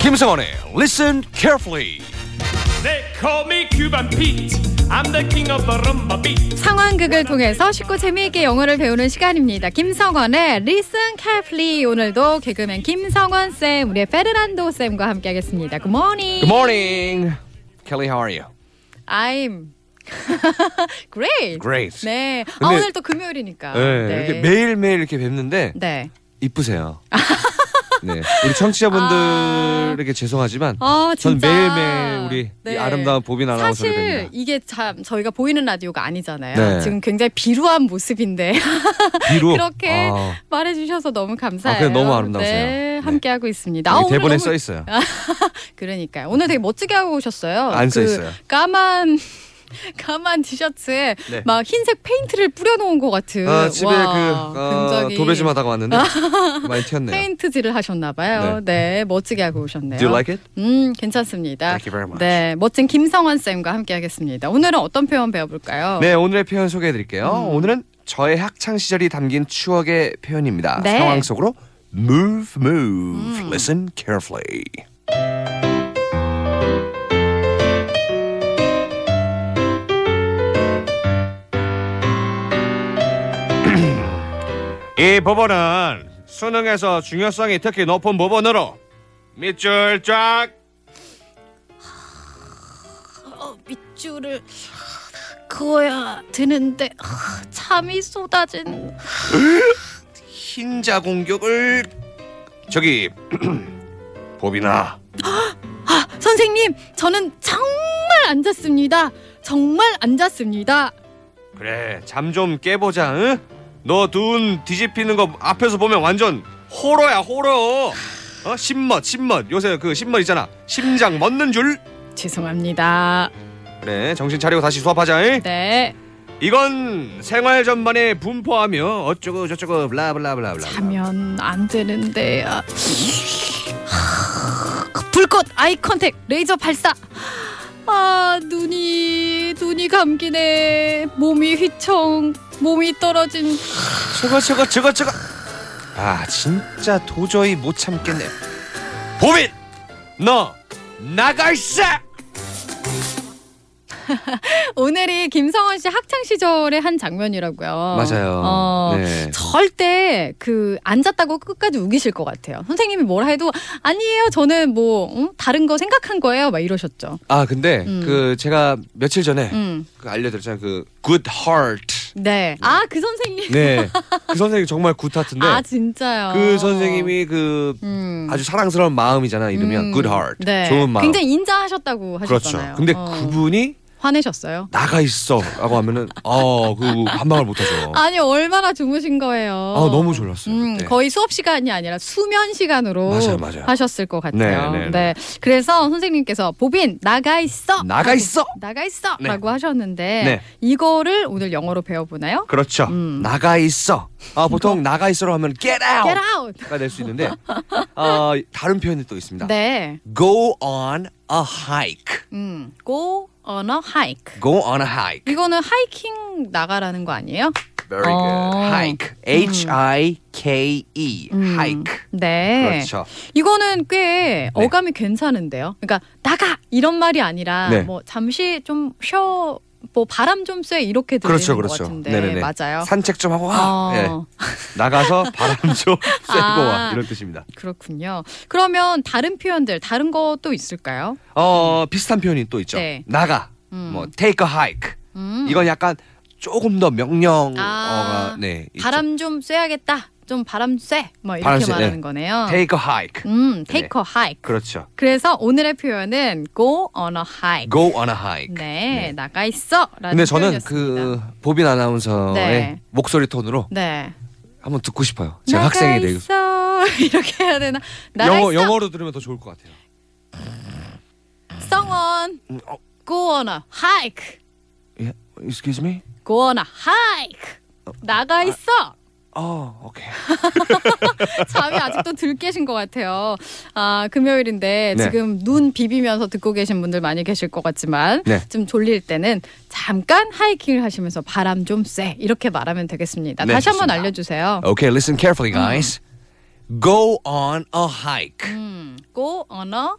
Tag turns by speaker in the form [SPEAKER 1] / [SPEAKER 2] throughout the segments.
[SPEAKER 1] 김성원의 Listen Carefully.
[SPEAKER 2] They call me Cuban Pete. I'm the king of the rumba beat.
[SPEAKER 3] 상황극을 통해서 쉽고 재미있게 영어를 배우는 시간입니다. 김성원의 Listen Carefully 오늘도 개그맨 김성원 쌤, 우리의 페르난도 쌤과 함께하겠습니다. Good morning.
[SPEAKER 1] Good morning, Kelly. How are you?
[SPEAKER 3] I'm great.
[SPEAKER 1] Great.
[SPEAKER 3] 네. 아,
[SPEAKER 1] 근데-
[SPEAKER 3] 오늘 또 금요일이니까.
[SPEAKER 1] 네, 이렇게 매일 매일 이렇게 뵙는데
[SPEAKER 3] 네.
[SPEAKER 1] 이쁘세요. 네, 우리 청취자분들에게 죄송하지만
[SPEAKER 3] 아,
[SPEAKER 1] 전
[SPEAKER 3] 진짜.
[SPEAKER 1] 매일매일 우리 이
[SPEAKER 3] 네.
[SPEAKER 1] 아름다운 보빈 아나운서를
[SPEAKER 3] 사실
[SPEAKER 1] 뵙니다.
[SPEAKER 3] 이게 참 저희가 보이는 라디오가 아니잖아요.
[SPEAKER 1] 네.
[SPEAKER 3] 지금 굉장히 비루한 모습인데
[SPEAKER 1] 비로
[SPEAKER 3] 그렇게
[SPEAKER 1] 아,
[SPEAKER 3] 말해주셔서 너무 감사해요.
[SPEAKER 1] 아, 그래, 너무 아름다우세요.
[SPEAKER 3] 네,
[SPEAKER 1] 네.
[SPEAKER 3] 함께하고 있습니다. 아,
[SPEAKER 1] 여기
[SPEAKER 3] 오늘
[SPEAKER 1] 대본에
[SPEAKER 3] 너무-
[SPEAKER 1] 써 있어요.
[SPEAKER 3] 그러니까요. 오늘 되게 멋지게 하고 오셨어요. 그
[SPEAKER 1] 안써 있어요.
[SPEAKER 3] 까만 까만 티셔츠에
[SPEAKER 1] 네.
[SPEAKER 3] 막 흰색 페인트를 뿌려놓은 것 같은.
[SPEAKER 1] 아, 집에
[SPEAKER 3] 와,
[SPEAKER 1] 그 어,
[SPEAKER 3] 굉장히
[SPEAKER 1] 도배 좀 하다가 왔는데 많이 튀었네요.
[SPEAKER 3] 페인트질을 하셨나봐요. 네. 멋지게 하고 오셨네요.
[SPEAKER 1] Do you like it?
[SPEAKER 3] 음, 괜찮습니다.
[SPEAKER 1] Thank you very much.
[SPEAKER 3] 네, 멋진 김성원 쌤과 함께하겠습니다. 오늘은 어떤 음. 표현 배워볼까요?
[SPEAKER 1] 네, 오늘의 표현 소개해드릴게요. 오늘은 저의 학창 시절이 담긴 추억의 표현입니다.
[SPEAKER 3] 네. 음.
[SPEAKER 1] 상황 속으로 move, move, listen carefully. 이 부분은 수능에서 중요성이 특히 높은 부분으로 밑줄 쫙
[SPEAKER 3] 어, 밑줄을 그어야 되는데 아, 잠이 쏟아진.
[SPEAKER 1] 흰자 공격을 저기 보빈아
[SPEAKER 3] 아, 선생님, 저는 정말 안 잤습니다. 정말 안 잤습니다.
[SPEAKER 1] 그래 잠 좀 깨보자 응? 너 눈 뒤집히는 거 앞에서 보면 완전 호러야 호러 어? 신멋 신멋 요새 그 신멋 있잖아 심장 멎는 줄
[SPEAKER 3] 죄송합니다.
[SPEAKER 1] 그래 정신 차리고 다시 수업하자 응?
[SPEAKER 3] 네,
[SPEAKER 1] 이건 생활 전반에 분포하며 어쩌고 저쩌고 블라블라블라블라
[SPEAKER 3] 자면 안 되는데. 아. 불꽃 아이 컨택 레이저 발사. 아 눈이 눈이 감기네. 몸이 휘청. 몸이 떨어진.
[SPEAKER 1] 저거 저거 저거 저거 아 진짜 도저히 못 참겠네 보빈 너 나갈세
[SPEAKER 3] 오늘이 김성원 씨 학창 시절의 한 장면이라고요.
[SPEAKER 1] 맞아요
[SPEAKER 3] 어,
[SPEAKER 1] 네.
[SPEAKER 3] 절대 그 앉았다고 끝까지 우기실 것 같아요. 선생님이 뭐라 해도 아니에요. 저는 뭐 음, 다른 거 생각한 거예요. 막 이러셨죠.
[SPEAKER 1] 아 근데
[SPEAKER 3] 음.
[SPEAKER 1] 그 제가 며칠 전에
[SPEAKER 3] 음.
[SPEAKER 1] 그 알려드렸잖아요. 그 good heart.
[SPEAKER 3] 네. 아, 그 선생님.
[SPEAKER 1] 네. 그 선생님 정말 good heart인데
[SPEAKER 3] 아, 진짜요.
[SPEAKER 1] 네. 그 선생님이 그
[SPEAKER 3] 음.
[SPEAKER 1] 아주 사랑스러운 마음이잖아. 이러면
[SPEAKER 3] 음.
[SPEAKER 1] good heart.
[SPEAKER 3] 네.
[SPEAKER 1] 좋은 마음.
[SPEAKER 3] 굉장히 인자하셨다고
[SPEAKER 1] 그렇죠.
[SPEAKER 3] 하셨잖아요.
[SPEAKER 1] 근데
[SPEAKER 3] 어.
[SPEAKER 1] 그분이
[SPEAKER 3] 화내셨어요?
[SPEAKER 1] 나가 있어라고 하면은 어그 반박을 못하죠. 아,
[SPEAKER 3] 아니, 얼마나 주무신 거예요?
[SPEAKER 1] 너무 졸랐어요.
[SPEAKER 3] 음,
[SPEAKER 1] 그때.
[SPEAKER 3] 거의 수업 시간이 아니라 수면 시간으로
[SPEAKER 1] 맞아요, 맞아요.
[SPEAKER 3] 하셨을 것 같아요.
[SPEAKER 1] 네, 네, 네.
[SPEAKER 3] 그래서 선생님께서 보빈 나가 있어.
[SPEAKER 1] 나가
[SPEAKER 3] 라고,
[SPEAKER 1] 있어!
[SPEAKER 3] 나가 있어라고
[SPEAKER 1] 네.
[SPEAKER 3] 하셨는데
[SPEAKER 1] 네.
[SPEAKER 3] 이거를 오늘 영어로 배워보나요?
[SPEAKER 1] 그렇죠.
[SPEAKER 3] 음.
[SPEAKER 1] 나가 있어. 아 보통 나가 있어로 하면 get
[SPEAKER 3] Get
[SPEAKER 1] out.
[SPEAKER 3] out.
[SPEAKER 1] 가 될 수 있는데 어, 다른 표현이 또 있습니다.
[SPEAKER 3] 네.
[SPEAKER 1] Go on a hike.
[SPEAKER 3] 음. Go on a hike.
[SPEAKER 1] Go on a hike.
[SPEAKER 3] 이거는 하이킹 나가라는 거 아니에요?
[SPEAKER 1] Very
[SPEAKER 3] 어.
[SPEAKER 1] good. Hike. H I K E.
[SPEAKER 3] 음.
[SPEAKER 1] Hike.
[SPEAKER 3] 네.
[SPEAKER 1] 그렇죠.
[SPEAKER 3] 이거는 꽤
[SPEAKER 1] 네.
[SPEAKER 3] 어감이 괜찮은데요. 그러니까 나가 이런 말이 아니라
[SPEAKER 1] 네.
[SPEAKER 3] 뭐 잠시 좀 쉬어 뭐 바람 좀 쐬 이렇게 들리는
[SPEAKER 1] 그렇죠,
[SPEAKER 3] 것
[SPEAKER 1] 그렇죠.
[SPEAKER 3] 같은데
[SPEAKER 1] 네네네.
[SPEAKER 3] 맞아요.
[SPEAKER 1] 산책 좀 하고 와.
[SPEAKER 3] 어, 아.
[SPEAKER 1] 예. 나가서 바람 좀 쐬고 와. 이런 뜻입니다.
[SPEAKER 3] 그렇군요. 그러면 다른 표현들 다른 것도 있을까요?
[SPEAKER 1] 어 비슷한 표현이 또 있죠.
[SPEAKER 3] 네.
[SPEAKER 1] 나가.
[SPEAKER 3] 음.
[SPEAKER 1] 뭐 take a hike.
[SPEAKER 3] 음.
[SPEAKER 1] 이건 약간 조금 더 명령어가
[SPEAKER 3] 아,
[SPEAKER 1] 네. 있죠.
[SPEAKER 3] 바람 좀 쐬야겠다. 좀 바람 쐬. 뭐 이렇게
[SPEAKER 1] 바람 쐬,
[SPEAKER 3] 말하는
[SPEAKER 1] 네.
[SPEAKER 3] 거네요.
[SPEAKER 1] take a hike.
[SPEAKER 3] 음, take a hike.
[SPEAKER 1] 그렇죠.
[SPEAKER 3] 그래서 오늘의 표현은 go on a hike.
[SPEAKER 1] Go on a hike.
[SPEAKER 3] 네, 나가 있어라는
[SPEAKER 1] 근데 저는
[SPEAKER 3] 표현이었습니다.
[SPEAKER 1] 그 보빈 아나운서의
[SPEAKER 3] 네.
[SPEAKER 1] 목소리 톤으로
[SPEAKER 3] 네.
[SPEAKER 1] 한번 듣고 싶어요. 제가
[SPEAKER 3] 나가
[SPEAKER 1] 학생이 되고
[SPEAKER 3] 있어. 이렇게 해야 되나? 나가
[SPEAKER 1] 영어
[SPEAKER 3] 있어.
[SPEAKER 1] 영어로 들으면 더 좋을 것 같아요.
[SPEAKER 3] 성원.
[SPEAKER 1] 음, 어,
[SPEAKER 3] go on a hike.
[SPEAKER 1] 예, excuse me.
[SPEAKER 3] go on a hike.
[SPEAKER 1] 아.
[SPEAKER 3] 나가 있어.
[SPEAKER 1] 어, 오케이.
[SPEAKER 3] 잠이 아직도 들 깨신 것 같아요. 아 금요일인데
[SPEAKER 1] 네.
[SPEAKER 3] 지금 눈 비비면서 듣고 계신 분들 많이 계실 것 같지만
[SPEAKER 1] 네.
[SPEAKER 3] 좀 졸릴 때는 잠깐 하이킹을 하시면서 바람 좀 쐬 이렇게 말하면 되겠습니다.
[SPEAKER 1] 네,
[SPEAKER 3] 다시 한번
[SPEAKER 1] 좋습니다. 어.
[SPEAKER 3] 알려주세요. Mm.
[SPEAKER 1] Okay, listen carefully, guys. Go on a hike.
[SPEAKER 3] go on a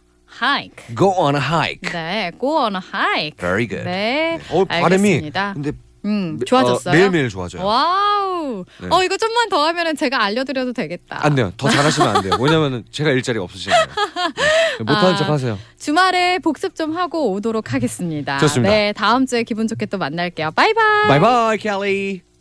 [SPEAKER 3] hike.
[SPEAKER 1] Go on a hike.
[SPEAKER 3] 네, go on a hike.
[SPEAKER 1] Very good.
[SPEAKER 3] 네,
[SPEAKER 1] 어 발음이
[SPEAKER 3] 알겠습니다.
[SPEAKER 1] 근데
[SPEAKER 3] 음,
[SPEAKER 1] 매-
[SPEAKER 3] 좋아졌어요.
[SPEAKER 1] 어, 매일매일 좋아져요.
[SPEAKER 3] 와우.
[SPEAKER 1] 네.
[SPEAKER 3] 어 이거 좀만 더 하면은 제가 알려드려도 되겠다.
[SPEAKER 1] 안 돼요. 더 잘하시면 안 돼요. 왜냐면은 제가 일자리 없으시잖아요. 네. 못하는
[SPEAKER 3] 아.
[SPEAKER 1] 척하세요.
[SPEAKER 3] 주말에 복습 좀 하고 오도록 하겠습니다.
[SPEAKER 1] 좋습니다.
[SPEAKER 3] 네, 다음 주에 기분 좋게 또 만날게요. 바이바이.
[SPEAKER 1] 바이바이 켈리.